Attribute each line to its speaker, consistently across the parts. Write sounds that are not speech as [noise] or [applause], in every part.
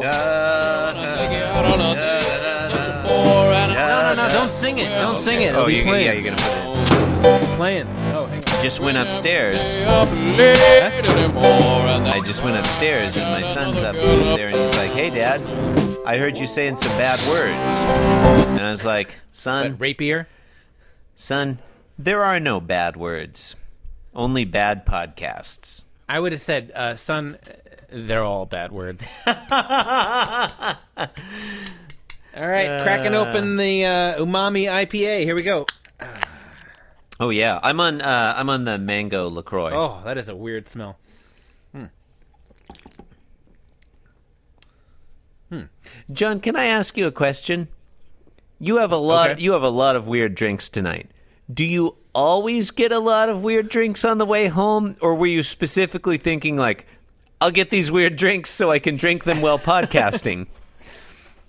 Speaker 1: Uh,
Speaker 2: No, no, no! Don't sing it! Don't sing it!
Speaker 1: Oh,
Speaker 2: It'll be
Speaker 1: you,
Speaker 2: playing.
Speaker 1: yeah, you're gonna put it.
Speaker 2: It's playing. Oh, hang on.
Speaker 1: Just went upstairs. I just went upstairs, and my son's up there, and he's like, "Hey, Dad, I heard you saying some bad words." And I was like, "Son,
Speaker 2: rapier.
Speaker 1: son, there are no bad words, only bad podcasts."
Speaker 2: I would have said, uh, "Son, uh, they're all bad [laughs] words." all right, cracking open the uh, umami IPA. Here we go.
Speaker 1: Oh yeah, I'm on. Uh, I'm on the mango Lacroix.
Speaker 2: Oh, that is a weird smell.
Speaker 1: John, can I ask you a question? You have a lot.
Speaker 2: Okay.
Speaker 1: You have a lot of weird drinks tonight. Do you always get a lot of weird drinks on the way home, or were you specifically thinking like, "I'll get these weird drinks so I can drink them while
Speaker 2: [laughs]
Speaker 1: podcasting"?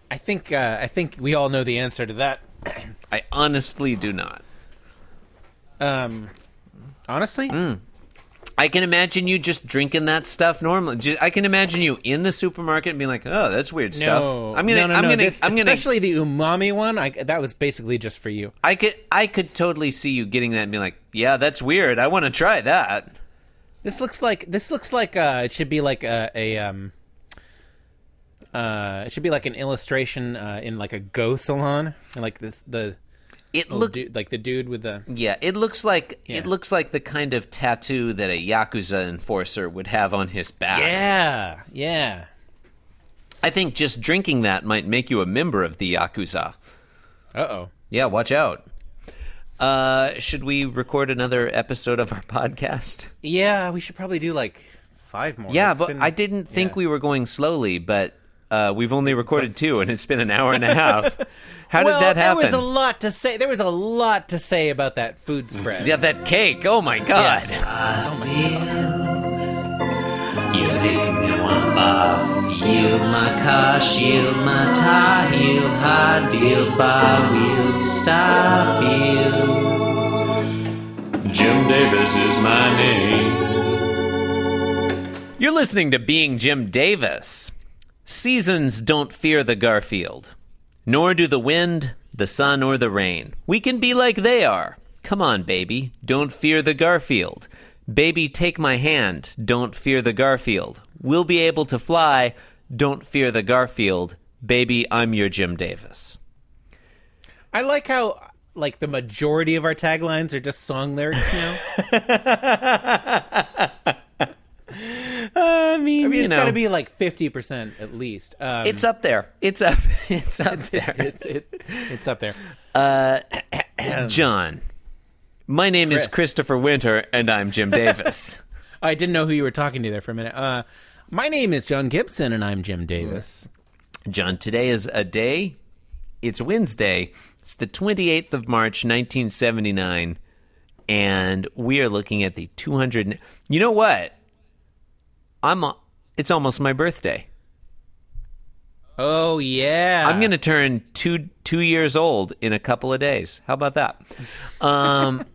Speaker 2: I think uh, I think we all know the answer to that.
Speaker 1: I honestly do not.
Speaker 2: Um, honestly,
Speaker 1: Mm, I can imagine you just drinking that stuff normally. Ju- I can imagine you in the supermarket and being like, "Oh, that's weird stuff."
Speaker 2: no,
Speaker 1: I'm gonna.
Speaker 2: no, no,
Speaker 1: I'm
Speaker 2: no.
Speaker 1: gonna.
Speaker 2: This-
Speaker 1: I'm gonna.
Speaker 2: especially the umami one. I, that was basically just for you.
Speaker 1: I could. I could totally see you getting that and being like, "Yeah, that's weird. I want to try that."
Speaker 2: This looks like this looks like uh, it should be like a, a um, uh, it should be like an illustration uh, in like a go salon, and like this the
Speaker 1: It
Speaker 2: look
Speaker 1: looked
Speaker 2: like the Oh, dude with the
Speaker 1: Yeah, it looks like
Speaker 2: Yeah.
Speaker 1: it looks like the kind of tattoo that a yakuza enforcer would have on his back.
Speaker 2: yeah yeah.
Speaker 1: I think just drinking that might make you a member of the yakuza.
Speaker 2: Uh oh.
Speaker 1: Yeah, watch out. Uh, should we record another episode of our [laughs] podcast?
Speaker 2: Yeah, we should probably do like five more.
Speaker 1: Yeah,
Speaker 2: It's
Speaker 1: but
Speaker 2: been-
Speaker 1: I didn't think
Speaker 2: yeah.
Speaker 1: we were going slowly, but uh, we've only recorded two, and it's been an hour and [laughs] a half. How
Speaker 2: Well,
Speaker 1: did that happen?
Speaker 2: there was a lot to say. There was a lot to say about that food spread.
Speaker 1: Yeah, that cake. Oh my god. Oh, You make me want bob. You my car, shield my tie, heel, high deal, bob, will stop you.
Speaker 3: Jim Davis is my name.
Speaker 1: You're listening to Being Jim Davis. Seasons don't fear the Garfield, nor do the wind, the sun, or the rain. We can be like they are. Come on, baby, don't fear the Garfield. Baby, take my hand, don't fear the Garfield. We'll be able to fly, don't fear the Garfield. Baby, I'm your Jim Davis.
Speaker 2: I like how like the majority of our taglines are just song lyrics now.
Speaker 1: I mean,
Speaker 2: [laughs] I
Speaker 1: you
Speaker 2: mean, it's
Speaker 1: know,
Speaker 2: got to be like fifty percent at least. Um, [laughs]
Speaker 1: It's up there. It's up. [laughs] It's up there.
Speaker 2: it's, it- it's up there.
Speaker 1: John. My name is
Speaker 2: Chris.
Speaker 1: Christopher Winter, and I'm
Speaker 2: [laughs]
Speaker 1: Jim Davis.
Speaker 2: I didn't know who you were talking to there for a minute. Uh, my name is John Gibson, and I'm Jim Davis.
Speaker 1: John, today is a day. It's Wednesday. It's the 28th of March, 1979. And we are looking at the 200. and- You know what? I'm. a- It's almost my birthday.
Speaker 2: Oh yeah,
Speaker 1: I'm going to turn two two years old in a couple of days. How about that? Um,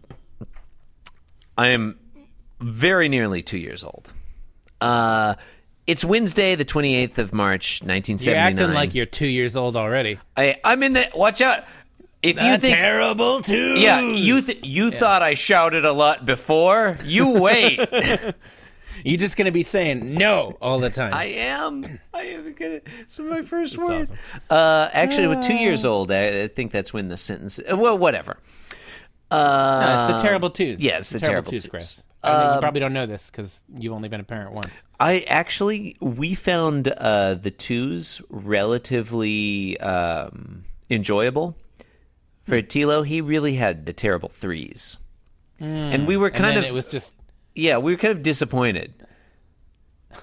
Speaker 1: [laughs] I am very nearly two years old. Uh, it's Wednesday, the 28th of March, 1979.
Speaker 2: You're acting like you're two years old already.
Speaker 1: I, I'm in the. Watch out! If you think
Speaker 2: terrible too.
Speaker 1: yeah, you th- you thought I shouted a lot before. You
Speaker 2: [laughs]
Speaker 1: wait.
Speaker 2: you're just gonna be saying no all the time.
Speaker 1: I am. I am gonna. It's my first
Speaker 2: That's
Speaker 1: words.
Speaker 2: awesome.
Speaker 1: Uh, actually, with two
Speaker 2: Ah.
Speaker 1: years old, I, I think that's when the sentence. uh, Well, whatever. Uh,
Speaker 2: No, it's the terrible twos.
Speaker 1: yeah, it's the terrible twos. Um,
Speaker 2: Chris. I know you probably don't know this because you've only been a parent once.
Speaker 1: I actually we found uh, the twos relatively um, enjoyable. For
Speaker 2: Hmm.
Speaker 1: Tilo, he really had the terrible threes, and we were
Speaker 2: And
Speaker 1: kind
Speaker 2: then
Speaker 1: of
Speaker 2: it was just
Speaker 1: yeah, we were kind of
Speaker 2: [laughs]
Speaker 1: disappointed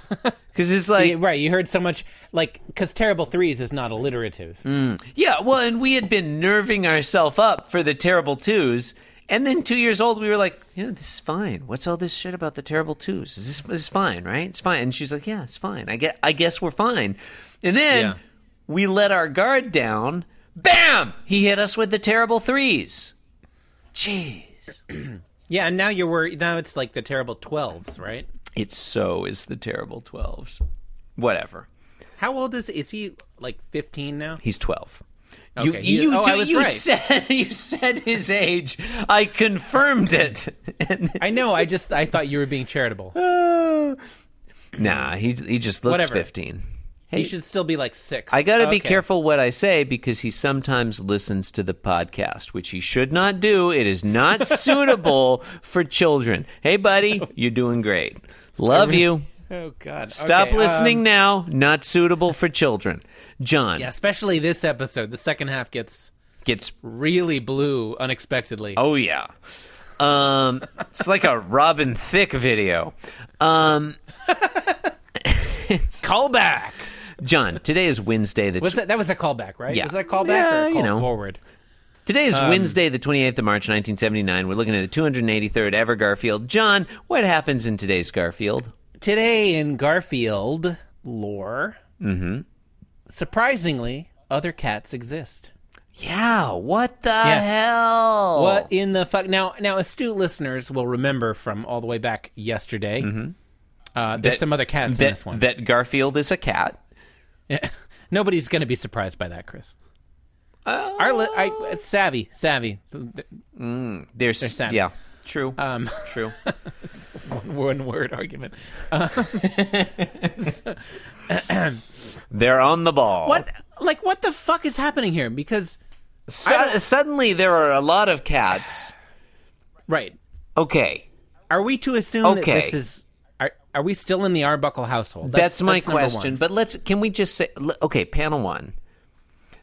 Speaker 1: because it's like
Speaker 2: Yeah, right. You heard so much like because terrible threes is not alliterative.
Speaker 1: Mm. Yeah, well, and we had been nerving ourselves up for the terrible twos, and then two years old, we were like, "You know, this is fine. What's all this shit about the terrible twos? Is this, this is fine, right? It's fine." And she's like, "Yeah, it's fine. I get. I guess we're fine." And then
Speaker 2: Yeah.
Speaker 1: we let our guard down. Bam! He hit us with the terrible threes. Jeez,
Speaker 2: Yeah, and now you're worried. Now it's like the terrible twelves, right?
Speaker 1: it so is the terrible twelves. Whatever.
Speaker 2: How old is is he? Like fifteen now?
Speaker 1: He's 12. You,
Speaker 2: Okay, he-
Speaker 1: you,
Speaker 2: oh, I
Speaker 1: do-
Speaker 2: was
Speaker 1: you
Speaker 2: right.
Speaker 1: said [laughs] you said his age. I confirmed it.
Speaker 2: [laughs] I know. I just I thought you were being charitable.
Speaker 1: [laughs] Uh, nah, he he just looks
Speaker 2: Whatever.
Speaker 1: 15.
Speaker 2: He should still be like six.
Speaker 1: I got to be
Speaker 2: Okay.
Speaker 1: careful what I say because he sometimes listens to the podcast, which he should not do. It is
Speaker 2: [laughs]
Speaker 1: not suitable for children. Hey, buddy, you're doing great. Love
Speaker 2: [laughs]
Speaker 1: you.
Speaker 2: Oh God!
Speaker 1: Stop
Speaker 2: Okay,
Speaker 1: listening
Speaker 2: um,
Speaker 1: now. Not suitable for children. John
Speaker 2: yeah, especially this episode. The second half gets
Speaker 1: gets.
Speaker 2: really blue unexpectedly.
Speaker 1: Oh, yeah. Um, it's like a Robin Thicke video. Um,
Speaker 2: Call back.
Speaker 1: John, today is Wednesday, the
Speaker 2: Was that that was a callback, right?
Speaker 1: Yeah.
Speaker 2: Was that a callback
Speaker 1: Yeah,
Speaker 2: or a
Speaker 1: you
Speaker 2: call
Speaker 1: know.
Speaker 2: forward?
Speaker 1: Today
Speaker 2: Um,
Speaker 1: is Wednesday, the 28th of March, 1979. We're looking at the 283rd ever Garfield. John, what happens in today's Garfield?
Speaker 2: Today in Garfield lore,
Speaker 1: Mm-hmm.
Speaker 2: surprisingly, other cats exist.
Speaker 1: Yeah, what the hell?
Speaker 2: What in the fuck? Now, now, astute listeners will remember from all the way back yesterday. Uh, there's
Speaker 1: Mm-hmm. That-
Speaker 2: some other cats in
Speaker 1: That,
Speaker 2: this one.
Speaker 1: that Garfield is a cat.
Speaker 2: [laughs] Nobody's going to be surprised by that, Chris. Our li- I, uh, savvy, savvy.
Speaker 1: There's,
Speaker 2: sad.
Speaker 1: yeah, true,
Speaker 2: [laughs] Um,
Speaker 1: true.
Speaker 2: [laughs] one word argument.
Speaker 1: They're on the ball.
Speaker 2: What?
Speaker 1: Oh.
Speaker 2: Like, what the fuck is happening here? Because
Speaker 1: Su- suddenly there are a lot of cats.
Speaker 2: right,
Speaker 1: Okay,
Speaker 2: are we to assume
Speaker 1: Okay.
Speaker 2: that this is? Are, are we still in the Arbuckle household?
Speaker 1: that's, my
Speaker 2: number
Speaker 1: question.
Speaker 2: one.
Speaker 1: But let's can we just say l- okay, panel 1.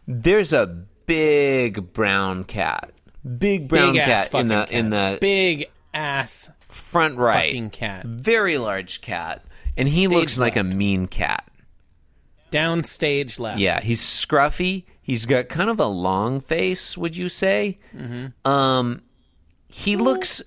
Speaker 1: There's a big brown cat. Big brown
Speaker 2: Big ass
Speaker 1: cat in
Speaker 2: fucking
Speaker 1: the
Speaker 2: cat.
Speaker 1: in the
Speaker 2: big ass
Speaker 1: front right.
Speaker 2: fucking cat.
Speaker 1: very large cat, and he looks like a mean cat.
Speaker 2: Downstage left.
Speaker 1: Yeah, he's scruffy. He's got kind of a long face. Would you say? Mm-hmm. Um, he looks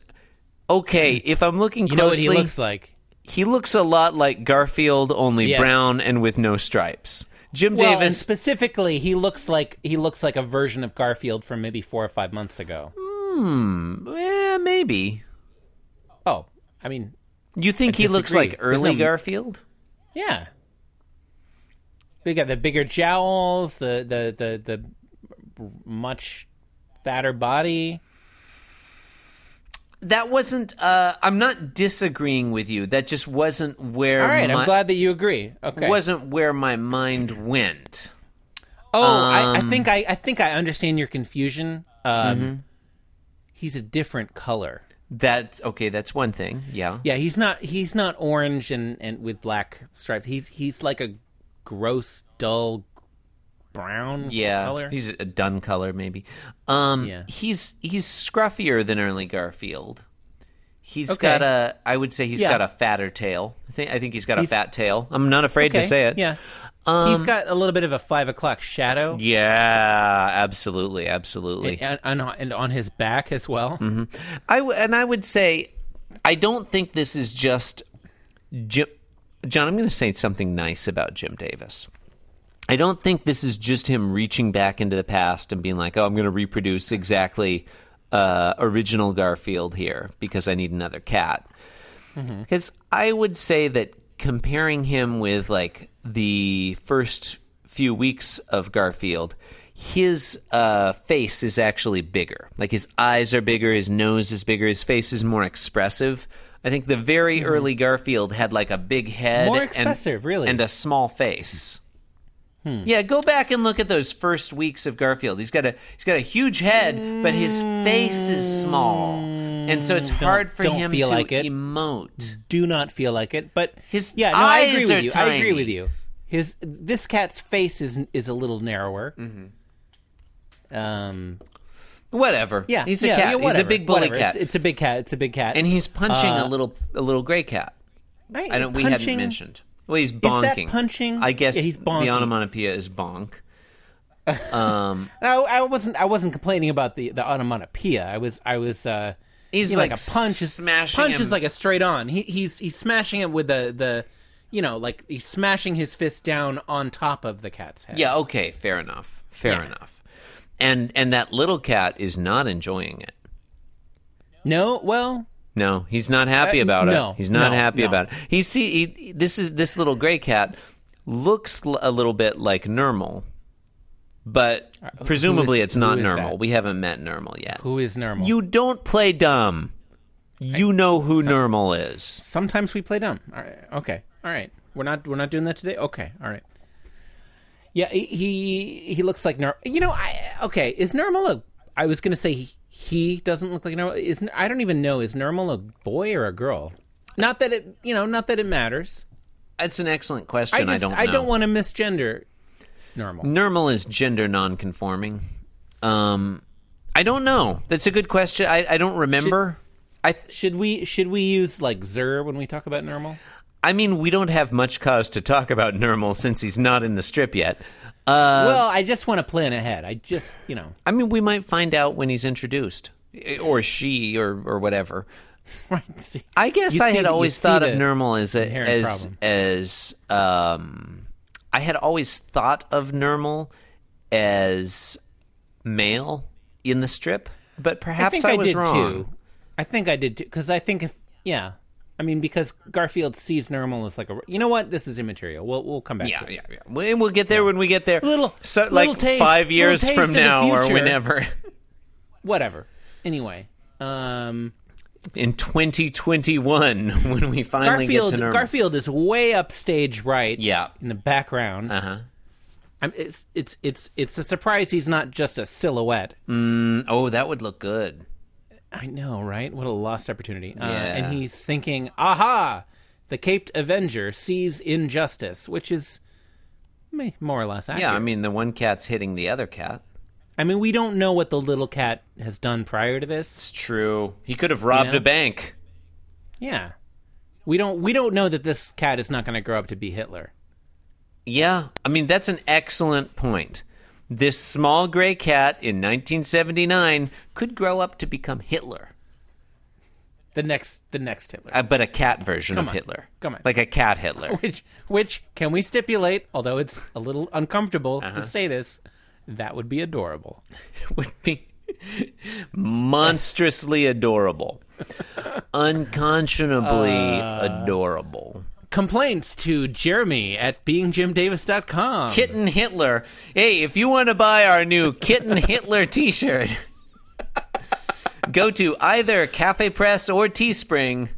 Speaker 1: okay. If I'm looking
Speaker 2: Hmm. You
Speaker 1: closely,
Speaker 2: know what he looks like?
Speaker 1: he looks a lot like Garfield, only
Speaker 2: Yes.
Speaker 1: brown and with no stripes. Jim
Speaker 2: Well, and
Speaker 1: Davis.
Speaker 2: specifically, he looks like he looks like a version of Garfield from maybe four or five months ago.
Speaker 1: eh, maybe
Speaker 2: Oh, I mean,
Speaker 1: you think he looks like
Speaker 2: disagree. There's
Speaker 1: early
Speaker 2: no-
Speaker 1: Garfield.
Speaker 2: yeah. They got the bigger jowls, the the the the much fatter body.
Speaker 1: That wasn't. Uh, I'm not disagreeing with you. That just wasn't where.
Speaker 2: All right,
Speaker 1: my,
Speaker 2: I'm glad that you agree. Okay.
Speaker 1: Wasn't where my mind went.
Speaker 2: Oh, I, I think I, I think I understand your confusion. Um, He's a different color.
Speaker 1: That's okay. That's one thing. Yeah.
Speaker 2: Yeah, he's not he's not orange and, and with black stripes. He's he's like a gross, dull brown
Speaker 1: Yeah.
Speaker 2: color.
Speaker 1: He's a dun color, maybe. Um,
Speaker 2: Yeah.
Speaker 1: He's he's scruffier than early Garfield. He's
Speaker 2: Okay.
Speaker 1: got a. I would say he's
Speaker 2: Yeah.
Speaker 1: got a fatter tail. I think. I think he's got a
Speaker 2: He's-
Speaker 1: fat tail. I'm not afraid
Speaker 2: Okay,
Speaker 1: to say it. Um,
Speaker 2: Yeah. he's got a little bit of a five o'clock shadow.
Speaker 1: Yeah, absolutely, absolutely.
Speaker 2: And, and, on- and on his back as well.
Speaker 1: Mm-hmm. I w- and I would say, I don't think this is just Jim. John, I'm going to say something nice about Jim Davis. I don't think this is just him reaching back into the past and being like, "Oh, I'm going to reproduce exactly uh, original Garfield here because I need another cat."
Speaker 2: Mm-hmm.
Speaker 1: Because I would say that comparing him with like the first few weeks of Garfield, his uh, face is actually bigger. Like his eyes are bigger, his nose is bigger, his face is more expressive. I think the very early Garfield had like a big head,
Speaker 2: Mm-hmm. More
Speaker 1: and-
Speaker 2: expressive, really.
Speaker 1: and a small face. Yeah, go back and look at those first weeks of Garfield. He's got a he's got a huge head, but his face is small, and so it's hard for
Speaker 2: Mm, don't
Speaker 1: him
Speaker 2: feel
Speaker 1: to
Speaker 2: like it.
Speaker 1: emote.
Speaker 2: Do not feel like it, but
Speaker 1: His
Speaker 2: yeah, no, I
Speaker 1: eyes
Speaker 2: agree with
Speaker 1: are
Speaker 2: you. I
Speaker 1: tiny.
Speaker 2: agree with you. His this cat's face is is a little narrower. Um,
Speaker 1: Whatever.
Speaker 2: Yeah,
Speaker 1: Mm-hmm. he's a
Speaker 2: yeah,
Speaker 1: cat.
Speaker 2: yeah,
Speaker 1: he's a
Speaker 2: whatever,
Speaker 1: big bully
Speaker 2: whatever.
Speaker 1: cat,
Speaker 2: It's, Uh, it's a big cat. It's a big cat.
Speaker 1: and he's punching a little a little gray cat. I don't. We hadn't mentioned. Well, he's bonking.
Speaker 2: that punching?
Speaker 1: I guess
Speaker 2: Yeah, he's
Speaker 1: the
Speaker 2: bonking.
Speaker 1: onomatopoeia is bonk.
Speaker 2: I, I wasn't. I wasn't complaining about the the onomatopoeia. I was. I was. uh
Speaker 1: He's
Speaker 2: you know, like,
Speaker 1: like
Speaker 2: a punch is
Speaker 1: smashing
Speaker 2: Punch
Speaker 1: him.
Speaker 2: is like a straight on. He, he's he's smashing it with the the, you know, like he's smashing his fist down on top of the cat's head.
Speaker 1: Yeah. Okay. Fair enough. Fair enough. And and that little cat is not enjoying it.
Speaker 2: No. Well.
Speaker 1: No, he's not happy
Speaker 2: Uh,
Speaker 1: about
Speaker 2: no,
Speaker 1: it. He's not
Speaker 2: no,
Speaker 1: happy
Speaker 2: no.
Speaker 1: about it. He see he, this is this little gray cat looks l- a little bit like Nermal, but presumably
Speaker 2: Uh, who is-
Speaker 1: it's not
Speaker 2: who is
Speaker 1: Nermal.
Speaker 2: that?
Speaker 1: We haven't met Nermal yet.
Speaker 2: Who is Nermal?
Speaker 1: You don't play dumb. You know who Nermal is.
Speaker 2: Sometimes we play dumb. All right. Okay. All right. We're not we're not doing that today. Okay. All right. Yeah, he- he he looks like Ner. You know, I okay. Is Nermal a? I was gonna say he, he doesn't look like Nermal. Is I don't even know. Is Nermal a boy or a girl? Not that it you know. Not that it matters.
Speaker 1: That's an excellent
Speaker 2: I
Speaker 1: question.
Speaker 2: just
Speaker 1: I don't. Know. Mm.
Speaker 2: want to misgender Nermal.
Speaker 1: Normal is gender nonconforming. Um, I don't know. That's a good question. I, I don't remember. I th-
Speaker 2: Should we should we use like Zer when we talk about Nermal?
Speaker 1: I mean, we don't have much cause to talk about Normal since he's not in the strip yet. Uh,
Speaker 2: well, I just want to plan ahead. I just you know [laughs]
Speaker 1: I mean, we might find out when he's introduced, I- or she, or or whatever.
Speaker 2: right. See,
Speaker 1: I guess
Speaker 2: You
Speaker 1: I
Speaker 2: see
Speaker 1: had
Speaker 2: the- you
Speaker 1: always
Speaker 2: see
Speaker 1: thought
Speaker 2: the
Speaker 1: of Normal as a,
Speaker 2: inherent
Speaker 1: as
Speaker 2: problem.
Speaker 1: as um, I had always thought of Normal as male in the strip, but perhaps I,
Speaker 2: I think
Speaker 1: was
Speaker 2: did
Speaker 1: wrong.
Speaker 2: too. I think I did too because I think if yeah, I mean because Garfield sees Normal as like a you know what this is immaterial. We'll we'll come back.
Speaker 1: Yeah,
Speaker 2: to it.
Speaker 1: yeah, yeah. We, we'll get there when we get there.
Speaker 2: Little-
Speaker 1: so,
Speaker 2: little
Speaker 1: like
Speaker 2: taste-
Speaker 1: five
Speaker 2: little
Speaker 1: years
Speaker 2: taste
Speaker 1: from
Speaker 2: of the
Speaker 1: now or
Speaker 2: future.
Speaker 1: whenever.
Speaker 2: Whatever. Anyway, um,
Speaker 1: In 2021, [laughs] when we finally
Speaker 2: Garfield
Speaker 1: get to normal.
Speaker 2: Garfield is way upstage right.
Speaker 1: Yeah.
Speaker 2: in the background.
Speaker 1: Uh-huh.
Speaker 2: I'm, it's it's it's it's a surprise he's not just a silhouette.
Speaker 1: Oh, that would look good.
Speaker 2: I know, right? What a lost opportunity. Uh,
Speaker 1: Yeah.
Speaker 2: and he's thinking, aha, the caped Avenger sees injustice, which is meh, more or less accurate.
Speaker 1: Yeah, I mean, the one cat's hitting the other cat.
Speaker 2: I mean, we don't know what the little cat has done prior to this.
Speaker 1: It's true. He could have robbed
Speaker 2: You know?
Speaker 1: a bank.
Speaker 2: Yeah. We don't we don't know that this cat is not going to grow up to be Hitler.
Speaker 1: Yeah, I mean, that's an excellent point. This small gray cat in 1979 could grow up to become Hitler,
Speaker 2: The next the next Hitler.
Speaker 1: uh, but a cat version of
Speaker 2: on.
Speaker 1: Hitler.
Speaker 2: Come on.
Speaker 1: Like a cat Hitler.
Speaker 2: [laughs] which which can we stipulate, although it's a little uncomfortable to say this, that would be adorable.
Speaker 1: would be monstrously
Speaker 2: [laughs]
Speaker 1: adorable, unconscionably
Speaker 2: Uh,
Speaker 1: adorable.
Speaker 2: Complaints to Jeremy at beingjimdavis.com.
Speaker 1: Kitten Hitler. Hey, if you want to buy our new Kitten Hitler t shirt, go to either Cafe Press or Teespring.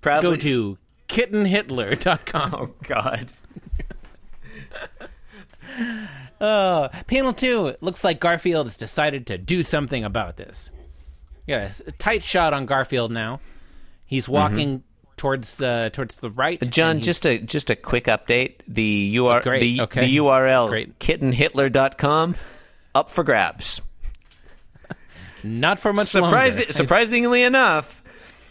Speaker 1: Probably.
Speaker 2: go to kittenhitler.com.
Speaker 1: Oh, God.
Speaker 2: Uh, panel two. It looks like Garfield has decided to do something about this. Yes, a tight shot on Garfield now. He's walking towards uh, towards the right.
Speaker 1: Mm-hmm. John,
Speaker 2: and he's-
Speaker 1: just a just a quick update. The UR
Speaker 2: Mm-hmm. Oh, Great,
Speaker 1: the,
Speaker 2: okay.
Speaker 1: the URL
Speaker 2: Great.
Speaker 1: kittenhitler.com up for grabs.
Speaker 2: not for much
Speaker 1: Surpris-
Speaker 2: longer.
Speaker 1: surprisingly enough,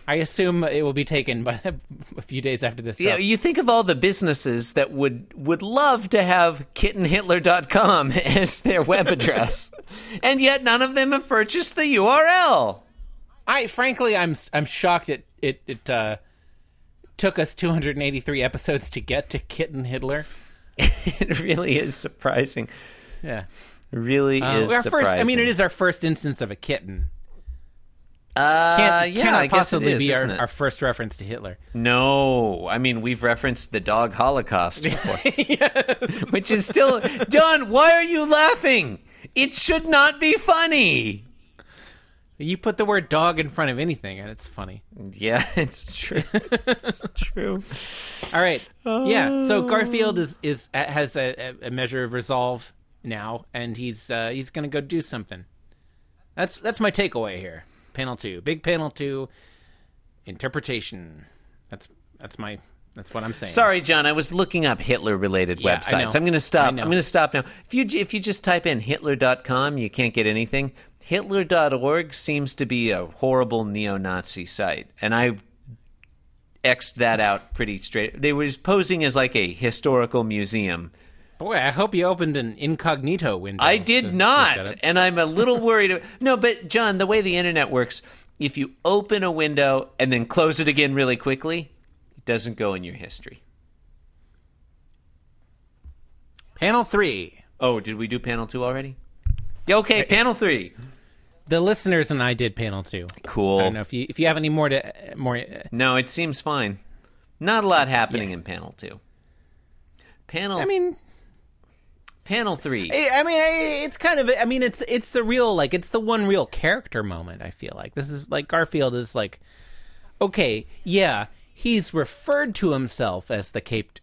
Speaker 2: I assume it will be taken by [laughs] a few days after this.
Speaker 1: Yeah,
Speaker 2: drop.
Speaker 1: you think of all the businesses that would would love to have kittenhitler.com [laughs] as their web address. [laughs] and yet none of them have purchased the URL.
Speaker 2: I frankly, I'm I'm shocked. It it it uh, took us 283 episodes to get to Kitten Hitler.
Speaker 1: [laughs] It really is surprising.
Speaker 2: Yeah,
Speaker 1: It really is
Speaker 2: Uh, our
Speaker 1: surprising.
Speaker 2: first. I mean, it is our first instance of a kitten.
Speaker 1: Uh,
Speaker 2: can't,
Speaker 1: yeah,
Speaker 2: cannot
Speaker 1: I guess it
Speaker 2: possibly
Speaker 1: is,
Speaker 2: be
Speaker 1: isn't
Speaker 2: our,
Speaker 1: it?
Speaker 2: our first reference to Hitler.
Speaker 1: No, I mean we've referenced the dog
Speaker 2: [laughs]
Speaker 1: holocaust before, which is still John. Why are you laughing? It should not be funny.
Speaker 2: You put the word dog in front of anything, and it's funny.
Speaker 1: Yeah, [laughs] it's true. it's true.
Speaker 2: All right, yeah.
Speaker 1: Oh.
Speaker 2: So Garfield is is has a, a measure of resolve now, and he's uh, he's gonna go do something. That's that's my takeaway here. Panel two, big panel two, interpretation. That's that's my that's what I'm saying.
Speaker 1: Sorry, John. I was looking up Hitler-related
Speaker 2: Yeah, I
Speaker 1: websites.
Speaker 2: know.
Speaker 1: I'm going to stop.
Speaker 2: I
Speaker 1: I'm
Speaker 2: know.
Speaker 1: going to stop now. If you if you just type in hitler.com, you can't get anything. Hitler.org seems to be a horrible neo-Nazi site, and I xed that out pretty straight. They were posing as like a historical museum.
Speaker 2: boy. I hope you opened an incognito window.
Speaker 1: I
Speaker 2: to
Speaker 1: did
Speaker 2: look that
Speaker 1: not,
Speaker 2: up.
Speaker 1: and I'm a little worried. ab- [laughs] No, but John, the way the internet works, if you open a window and then close it again really quickly, it doesn't go in your history.
Speaker 2: Panel three.
Speaker 1: Oh, did we do panel two already? Yeah, okay, panel three.
Speaker 2: The listeners and I did panel two.
Speaker 1: Cool.
Speaker 2: I don't know if you if you have any more to more.
Speaker 1: No, it seems fine. Not a lot happening in panel two. Panel.
Speaker 2: I mean,
Speaker 1: panel three.
Speaker 2: I I mean, I- it's kind of. I mean, it's it's the real like it's the one real character moment. I feel like this is like Garfield is like, okay, yeah, he's referred to himself as the Caped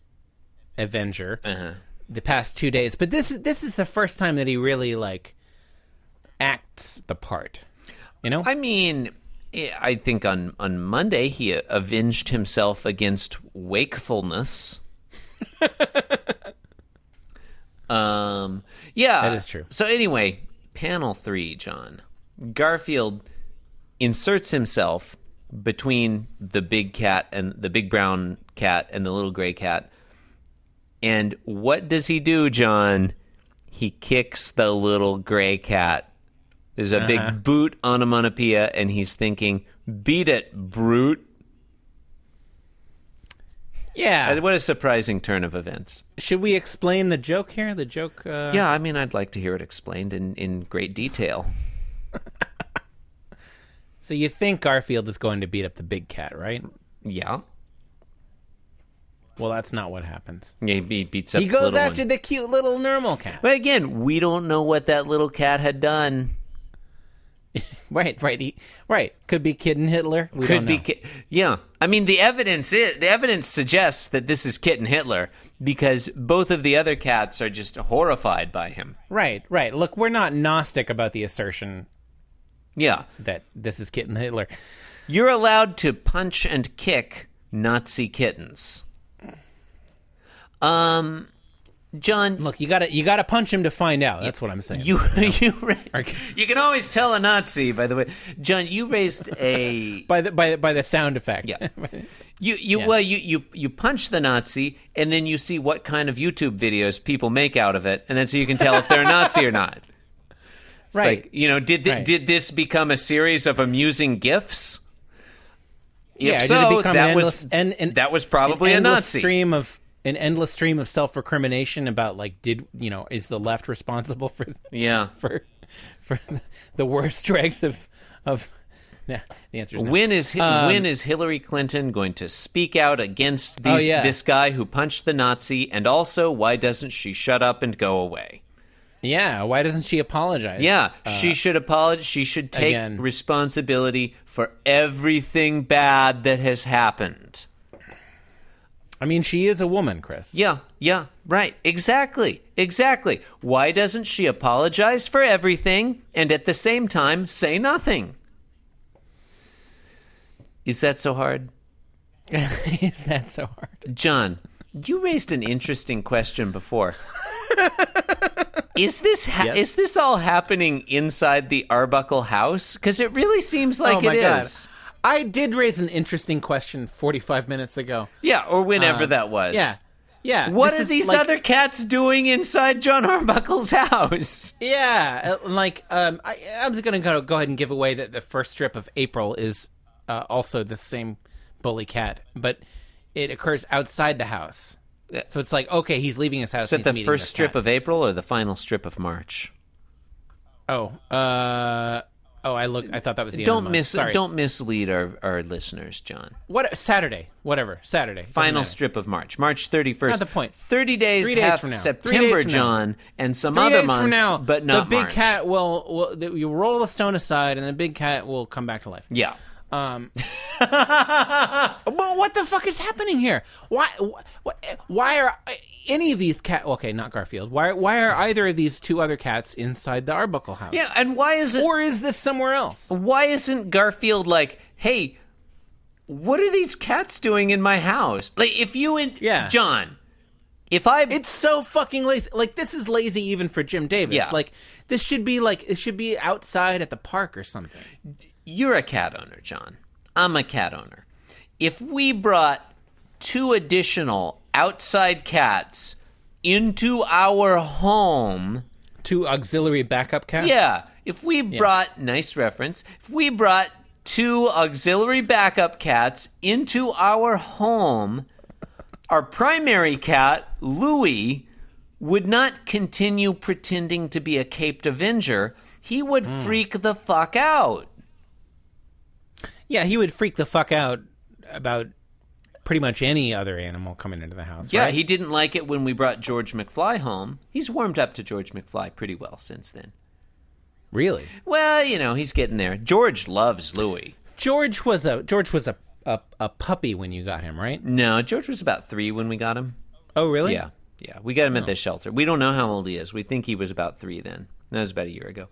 Speaker 2: Avenger
Speaker 1: Eh. uh-huh.
Speaker 2: the past two days, but this is this is the first time that he really like acts the part. You know,
Speaker 1: I mean, eh, I think on on Monday he avenged himself against wakefulness. um, yeah,
Speaker 2: That is true.
Speaker 1: So anyway, panel three, John Garfield inserts himself between the big cat and the big brown cat and the little gray cat. And what does he do, John? He kicks the little gray cat. There's a
Speaker 2: Uh-huh.
Speaker 1: big boot onomatopoeia, and he's thinking, "Beat it, brute!"
Speaker 2: yeah.
Speaker 1: What a surprising turn of events.
Speaker 2: Should we explain the joke here? The joke. Uh...
Speaker 1: Yeah, I mean, I'd like to hear it explained in in great detail.
Speaker 2: So you think Garfield is going to beat up the big cat, right?
Speaker 1: Yeah,
Speaker 2: Well, that's not what happens.
Speaker 1: Yeah, he beats up.
Speaker 2: He
Speaker 1: the
Speaker 2: goes
Speaker 1: little
Speaker 2: after
Speaker 1: one.
Speaker 2: the cute little normal cat.
Speaker 1: But again, we don't know what that little cat had done.
Speaker 2: [laughs] Right, right, he, right. Could be kid and Hitler. We
Speaker 1: Could
Speaker 2: don't
Speaker 1: be,
Speaker 2: know.
Speaker 1: ki- yeah. I mean, the evidence is the evidence suggests that this is Kitten Hitler because both of the other cats are just horrified by him.
Speaker 2: right, right. Look, we're not gnostic about the assertion
Speaker 1: Yeah,
Speaker 2: that this is kid and Hitler.
Speaker 1: You're allowed to punch and kick Nazi kittens. Um, John,
Speaker 2: Look, you gotta you gotta punch him to find out. That's what I'm saying.
Speaker 1: you [laughs] you ra-
Speaker 2: Okay.
Speaker 1: you can always tell a Nazi. By the way, John, you raised a
Speaker 2: by the by the, by the sound effect. [laughs]
Speaker 1: Yeah. you you well you you you punch the Nazi, and then you see what kind of YouTube videos people make out of it, and then so you can tell if they're a Nazi or not. It's
Speaker 2: [laughs] right.
Speaker 1: Like, you know, did thi-
Speaker 2: Right.
Speaker 1: did this become a series of amusing gifs?
Speaker 2: yeah.
Speaker 1: if
Speaker 2: did it
Speaker 1: so,
Speaker 2: become
Speaker 1: that
Speaker 2: an
Speaker 1: was
Speaker 2: endless, and, and
Speaker 1: that was probably
Speaker 2: an
Speaker 1: a
Speaker 2: endless
Speaker 1: Nazi.
Speaker 2: stream of an endless stream of self recrimination about like did you know is the left responsible for [laughs]
Speaker 1: Yeah.
Speaker 2: for for the, the worst [laughs] dregs of of. Nah, the answer is no.
Speaker 1: When is Hi-
Speaker 2: Um,
Speaker 1: when is Hillary Clinton going to speak out against
Speaker 2: Oh,
Speaker 1: these,
Speaker 2: yeah.
Speaker 1: this guy who punched the Nazi? And also, why doesn't she shut up and go away?
Speaker 2: Yeah, why doesn't she apologize?
Speaker 1: Yeah, she should apologize. She should take
Speaker 2: Uh, again.
Speaker 1: responsibility for everything bad that has happened.
Speaker 2: I mean, she is a woman, Chris.
Speaker 1: Yeah, yeah, right, exactly, exactly. Why doesn't she apologize for everything and at the same time say nothing? Is that so hard?
Speaker 2: [laughs] is that so hard?
Speaker 1: John, you raised an interesting question
Speaker 2: [laughs]
Speaker 1: before. is this ha- is this all happening inside the Arbuckle house? Because it really seems like
Speaker 2: Oh my
Speaker 1: it
Speaker 2: God.
Speaker 1: is.
Speaker 2: I did raise an interesting question 45 minutes ago.
Speaker 1: Yeah, or whenever that was.
Speaker 2: Yeah. Yeah.
Speaker 1: What
Speaker 2: this
Speaker 1: are
Speaker 2: is
Speaker 1: these
Speaker 2: like-
Speaker 1: other cats doing inside John Arbuckle's [laughs] house?
Speaker 2: Yeah, uh, like um I I'm just going to go ahead and give away that the first strip of April is uh, also the same bully cat, but it occurs outside the house.
Speaker 1: Yeah.
Speaker 2: So it's like okay, he's leaving his house.
Speaker 1: Is that the first strip of April or the final strip of March?
Speaker 2: of oh, uh, oh, I looked. I thought that was the end of the
Speaker 1: Don't
Speaker 2: month.
Speaker 1: mis-
Speaker 2: Sorry.
Speaker 1: don't mislead our, our listeners, John.
Speaker 2: what Saturday, whatever Saturday. Doesn't
Speaker 1: final
Speaker 2: matter.
Speaker 1: strip of March, March 31st.
Speaker 2: Not the point.
Speaker 1: 30 days,
Speaker 2: Three days
Speaker 1: half
Speaker 2: from now. Three days
Speaker 1: September,
Speaker 2: from now.
Speaker 1: John, and some
Speaker 2: Three
Speaker 1: other
Speaker 2: days
Speaker 1: months,
Speaker 2: from now,
Speaker 1: but not
Speaker 2: the big
Speaker 1: March.
Speaker 2: cat will, will the, you roll the stone aside, and the big cat will come back to life. [laughs]
Speaker 1: Yeah.
Speaker 2: Um, well, what the fuck is happening here? Why? Why, why are any of these cat? Okay, not Garfield. Why? Why are either of these two other cats inside the Arbuckle house?
Speaker 1: Yeah, and why is it
Speaker 2: Or is this somewhere else?
Speaker 1: why isn't Garfield like, "Hey, what are these cats doing in my house?" Like if you and
Speaker 2: Yeah.
Speaker 1: John, if I
Speaker 2: It's so fucking lazy. Like this is lazy even for Jim Davis.
Speaker 1: Yeah.
Speaker 2: Like this should be like it should be outside at the park or something.
Speaker 1: You're a cat owner, John. I'm a cat owner. If we brought two additional outside cats into our home,
Speaker 2: Two auxiliary backup cats.
Speaker 1: yeah, if we brought, nice reference, if we brought two auxiliary backup cats into our home, our primary cat, Louie, would not continue pretending to be a caped Avenger. He would freak the fuck out.
Speaker 2: Yeah, he would freak the fuck out about pretty much any other animal coming into the house.
Speaker 1: Yeah,
Speaker 2: right?
Speaker 1: he didn't like it when we brought George McFly home. He's warmed up to George McFly pretty well since then.
Speaker 2: really.
Speaker 1: Well, you know, he's getting there. George loves Louie.
Speaker 2: George was a George was a, a a puppy when you got him, right?
Speaker 1: No, George was about three when we got him.
Speaker 2: Oh, really?
Speaker 1: Yeah, yeah. We got him at the shelter. We don't know how old he is. We think he was about three then. That was about a year ago.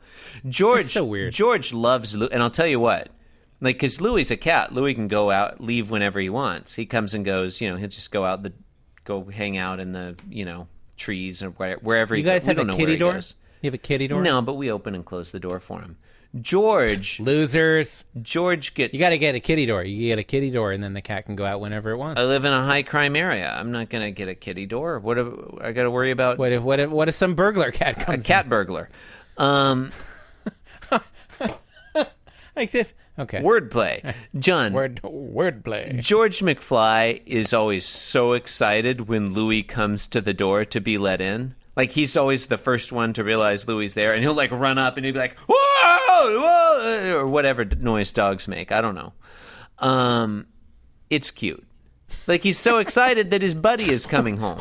Speaker 1: George,
Speaker 2: so weird.
Speaker 1: George loves Lou, and I'll tell you what. Like, because Louie's a cat. Louie can go out, leave whenever he wants. He comes and goes. You know, he'll just go out the, go hang out in the, you know, trees or where, wherever
Speaker 2: You
Speaker 1: he go-
Speaker 2: guys
Speaker 1: we
Speaker 2: have
Speaker 1: don't
Speaker 2: a
Speaker 1: know
Speaker 2: kitty
Speaker 1: where he
Speaker 2: door.
Speaker 1: goes.
Speaker 2: You have a kitty door.
Speaker 1: No, but we open and close the door for him. George,
Speaker 2: losers.
Speaker 1: George gets.
Speaker 2: You got to get a kitty door. You get a kitty door, and then the cat can go out whenever it wants.
Speaker 1: I live in a high crime area. I'm not gonna get a kitty door. What? do- I got to worry about
Speaker 2: what if what if what if some burglar cat
Speaker 1: a
Speaker 2: comes?
Speaker 1: cat burglar. Um,
Speaker 2: in? Like if, okay. [laughs]
Speaker 1: wordplay, John.
Speaker 2: Word wordplay.
Speaker 1: George McFly is always so excited when Louis comes to the door to be let in. Like he's always the first one to realize Louis there, and he'll like run up and he'll be like, "Whoa, whoa!" or whatever d- noise dogs make. I don't know. Um, it's cute. Like he's so excited that his buddy is coming
Speaker 2: [laughs]
Speaker 1: home.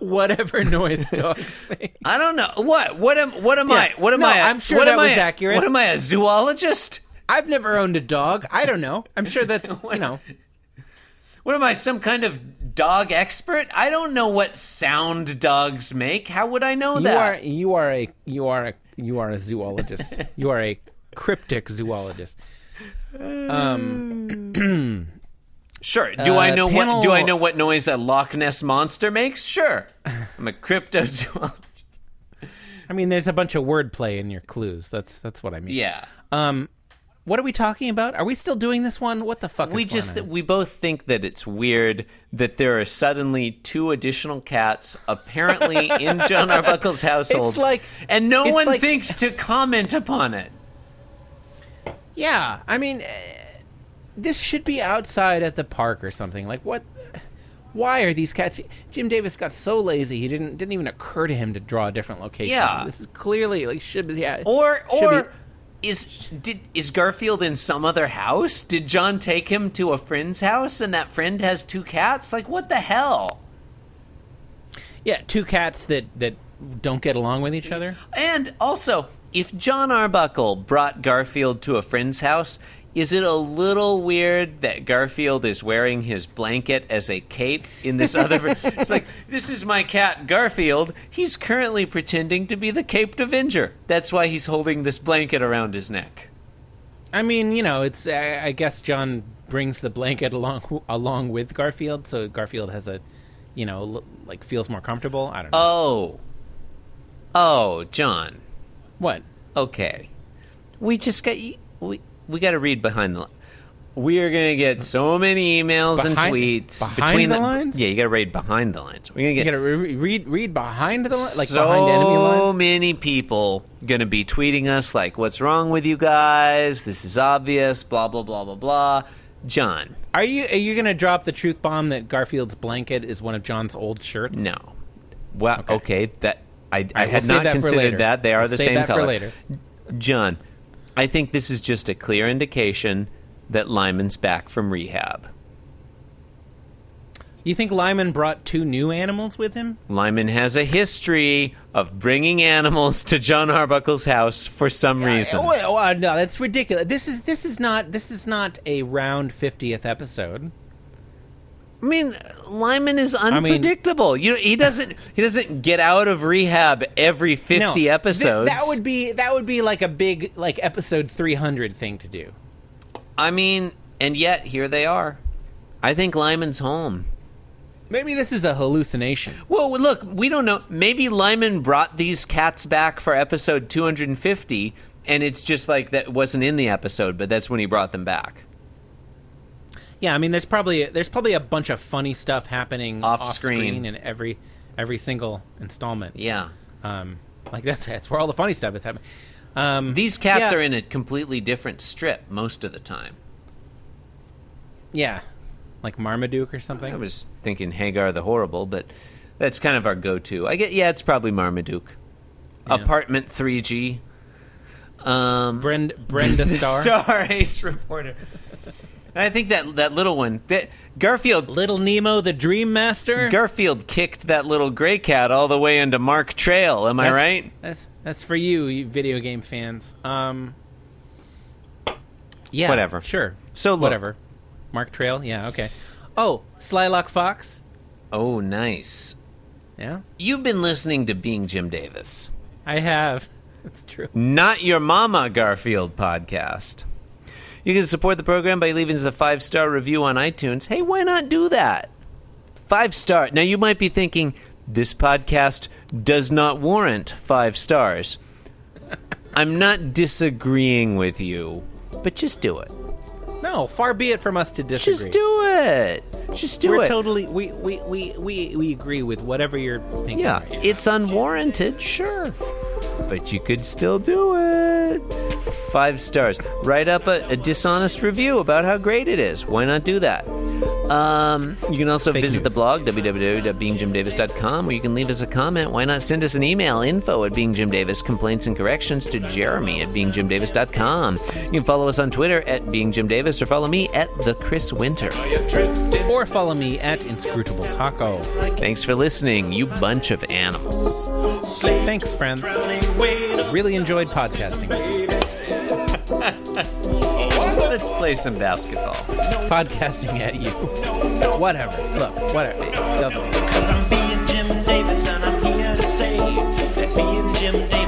Speaker 2: Whatever [laughs] noise dogs make.
Speaker 1: I don't know what. What am? What am I? What am
Speaker 2: No,
Speaker 1: I?
Speaker 2: I'm sure
Speaker 1: what am
Speaker 2: that was
Speaker 1: I-
Speaker 2: accurate.
Speaker 1: What am I? A zoologist?
Speaker 2: I've never owned a dog. I don't know. I'm sure [laughs] that's you know.
Speaker 1: What am I, some kind of dog expert? I don't know what sound dogs make. How would I know
Speaker 2: You are
Speaker 1: that?
Speaker 2: you are a you are a you are a
Speaker 1: [laughs]
Speaker 2: zoologist. you are a cryptic zoologist.
Speaker 1: sure. Do I know
Speaker 2: Uh, panel-
Speaker 1: what do I know what noise a Loch Ness monster makes? Sure. [laughs] I'm a cryptozoologist.
Speaker 2: I mean, there's a bunch of wordplay in your clues. That's that's what I mean.
Speaker 1: yeah.
Speaker 2: What are we talking about? Are we still doing this one? What the fuck?
Speaker 1: we
Speaker 2: is going
Speaker 1: just
Speaker 2: on?
Speaker 1: we both think that it's weird that there are suddenly two additional cats apparently in
Speaker 2: [laughs]
Speaker 1: John Arbuckle's household.
Speaker 2: It's like-
Speaker 1: and no
Speaker 2: it's
Speaker 1: one
Speaker 2: like-
Speaker 1: thinks to comment upon it.
Speaker 2: yeah. I mean, uh, this should be outside at the park or something. Like what? Why are these cats? Jim Davis got so lazy he didn't didn't even occur to him to draw a different location.
Speaker 1: Yeah.
Speaker 2: this is clearly like should be yeah
Speaker 1: Or
Speaker 2: should be-
Speaker 1: or is did is Garfield in some other house? Did John take him to a friend's house and that friend has two cats? Like what the hell?
Speaker 2: yeah two cats that that don't get along with
Speaker 1: Mm-hmm.
Speaker 2: each other.
Speaker 1: And also, if John Arbuckle brought Garfield to a friend's house, is it a little weird that Garfield is wearing his blanket as a cape in this
Speaker 2: [laughs]
Speaker 1: other? it's like this is my cat Garfield. He's currently pretending to be the Caped Avenger. That's why he's holding this blanket around his neck.
Speaker 2: I mean, you know, it's I, I guess John brings the blanket along along with Garfield, so Garfield has a, you know, l- like feels more comfortable. I don't know
Speaker 1: Oh. Oh, John.
Speaker 2: what.
Speaker 1: Okay. We just got we we got to read behind the li- We are going to get so many emails and
Speaker 2: Behind-
Speaker 1: tweets
Speaker 2: behind
Speaker 1: between
Speaker 2: the lines?
Speaker 1: Yeah, you got to read behind the lines. We're going to
Speaker 2: You
Speaker 1: get
Speaker 2: gotta re- read read behind the li- like
Speaker 1: so
Speaker 2: behind enemy lines.
Speaker 1: many people going to be tweeting us like what's wrong with you guys? This is obvious, blah blah blah blah blah. John.
Speaker 2: Are you are you gonna drop the truth bomb that Garfield's blanket is one of John's old shirts?
Speaker 1: No. Well, okay, that I, I
Speaker 2: All right,
Speaker 1: had
Speaker 2: we'll save
Speaker 1: not
Speaker 2: that for later.
Speaker 1: considered that. They are
Speaker 2: We'll
Speaker 1: the
Speaker 2: save
Speaker 1: same
Speaker 2: that
Speaker 1: color.
Speaker 2: for later.
Speaker 1: John, I think this is just a clear indication that Lyman's back from rehab.
Speaker 2: You think Lyman brought two new animals with him?
Speaker 1: Lyman has a history of bringing animals to John Arbuckle's house for some reason.
Speaker 2: Oh, oh, uh, no, that's ridiculous. This is this is not this is not a round fiftieth episode.
Speaker 1: I mean, Lyman is unpredictable. you know, he doesn't he doesn't get out of rehab every 50
Speaker 2: Th-
Speaker 1: episodes.
Speaker 2: that would be that would be like a big like episode 300 thing to do.
Speaker 1: I mean, and yet here they are. I think Lyman's home.
Speaker 2: Maybe this is a hallucination.
Speaker 1: Well, look, we don't know. Maybe Lyman brought these cats back for episode 250, and it's just like that wasn't in the episode, but that's when he brought them back.
Speaker 2: Yeah, I mean there's probably there's probably a bunch of funny stuff happening
Speaker 1: Off
Speaker 2: off
Speaker 1: screen.
Speaker 2: in every every single installment.
Speaker 1: Yeah.
Speaker 2: Um like that's that's where all the funny stuff is happening. Um
Speaker 1: These cats
Speaker 2: Yeah.
Speaker 1: are in a completely different strip most of the time.
Speaker 2: yeah, like Marmaduke or
Speaker 1: I
Speaker 2: something.
Speaker 1: was thinking Hagar the Horrible, but that's kind of our go to. I get, yeah, it's probably Marmaduke. Apartment 3G. Um, [laughs]
Speaker 2: Brenda Brenda [laughs] Star.
Speaker 1: Star Ace Reporter. And I think that that little one, that Garfield,
Speaker 4: Little Nemo, the Dream Master.
Speaker 1: [laughs] Garfield kicked that little gray cat all the way into Mark Trail. Am I
Speaker 2: That's-
Speaker 1: right?
Speaker 2: That's that's for you, you video game fans. Um, yeah,
Speaker 1: Whatever.
Speaker 2: Sure.
Speaker 1: So, look.
Speaker 2: whatever. Mark Trail. Yeah. Okay. Oh, Slylock Fox.
Speaker 1: Oh, nice.
Speaker 2: Yeah,
Speaker 1: You've been listening to Being Jim Davis,
Speaker 2: I have. [laughs] That's true.
Speaker 1: not your Mama Garfield podcast. You can support the program by leaving us a five star review on iTunes. Hey, why not do that? Five star. Now, you might be thinking, this podcast does not warrant five stars. [laughs] I'm not disagreeing with you, but just do it.
Speaker 2: No, far be it from us to disagree.
Speaker 1: Just do it. Just do
Speaker 2: We're
Speaker 1: it.
Speaker 2: totally we, we we we we agree with whatever you're thinking.
Speaker 1: Yeah,
Speaker 2: right now.
Speaker 1: it's unwarranted, sure. But you could still do it. Five stars. Write up a, a dishonest review about how great it is. Why not do that? Um, you can also
Speaker 2: Fake
Speaker 1: visit the
Speaker 2: news.
Speaker 1: blog, www.beingjimdavis.com, or you can leave us a comment. Why not send us an email, info at beingjimdavis, complaints and corrections to jeremy at beingjimdavis.com. You can follow us on Twitter at beingjimdavis, or follow me at the Chris Winter.
Speaker 2: Or follow me at Inscrutable Taco.
Speaker 1: Thanks for listening, you bunch of animals.
Speaker 2: Thanks, friends. Really enjoyed podcasting.
Speaker 1: Let's play some basketball.
Speaker 2: Podcasting at you. Whatever. Look, whatever. It doesn't-
Speaker 5: Cause I'm being Jim Davis and I'm here to say that being Jim Davis